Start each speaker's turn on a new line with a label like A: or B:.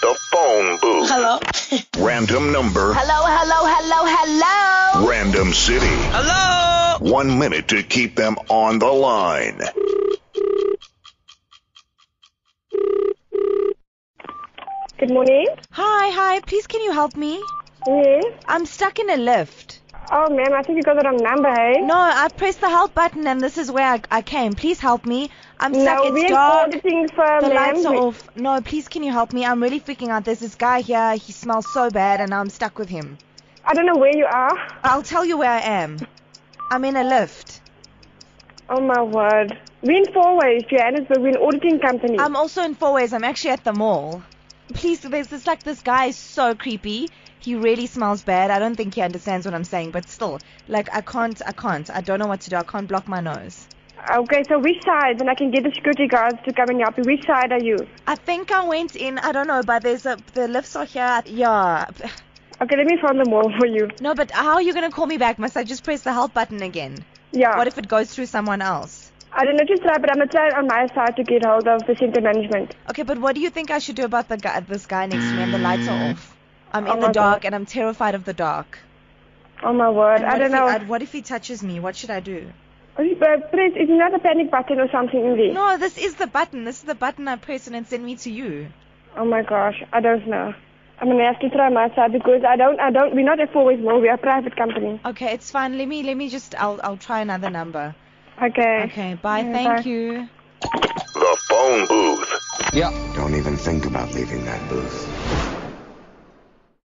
A: phone booth.
B: Hello.
A: Random number.
B: Hello, hello, hello, hello.
A: Random city.
B: Hello.
A: One minute to keep them on the line.
C: Good morning.
D: Hi, hi. Please, can you help me?
C: Yes.
D: I'm stuck in a lift.
C: Oh, ma'am, I think you got the wrong number, hey?
D: No, I pressed the help button and this is where I, I came. Please help me. I'm stuck.
C: no,
D: it's
C: we're
D: dark.
C: auditing firm,
D: The
C: ma'am.
D: lights are
C: We-
D: off. No, please, can you help me? I'm really freaking out. There's this guy here. He smells so bad and I'm stuck with him.
C: I don't know where you are.
D: I'll tell you where I am. I'm in a lift.
C: Oh, my word. We're in four ways, Johannesburg. We're an auditing company.
D: I'm also in four ways. I'm actually at the mall. Please, there's this like this guy is so creepy. He really smells bad. I don't think he understands what I'm saying, but still, like I can't, I can't. I don't know what to do. I can't block my nose.
C: okay, so which side? Then I can get the security guards to come and help you. Which side are you?
D: I think I went in. I don't know, but there's a the lifts are here. Yeah.
C: Okay, let me find the mall for you.
D: No, but how are you gonna call me back? Must I just press the help button again?
C: Yeah.
D: What if it goes through someone else?
C: I don't know just try, but I'm going to try on my side to get hold of the center management.
D: Okay, but what do you think I should do about the guy, this guy next to me, and the lights are off? I'm
C: Oh
D: in the
C: my
D: dark,
C: God.
D: and I'm terrified of the dark.
C: Oh, my word.
D: And
C: I
D: what
C: don't
D: if he-
C: know.
D: and what if he touches me? What should I do?
C: Uh, Please, is there not a panic button or something in there?
D: No, this is the button. This is the button I press and it sent me to you.
C: Oh my gosh, I don't know. I'm gonna have to try my side because I don't, I don't. We're not a four-way mall. We're a private company.
D: Okay, it's fine. Let me let me just I'll I'll try another number.
C: Okay.
D: Okay, bye.
C: Yeah,
D: Thank
C: bye.
D: you.
A: The phone booth.
E: Don't even think about leaving that booth.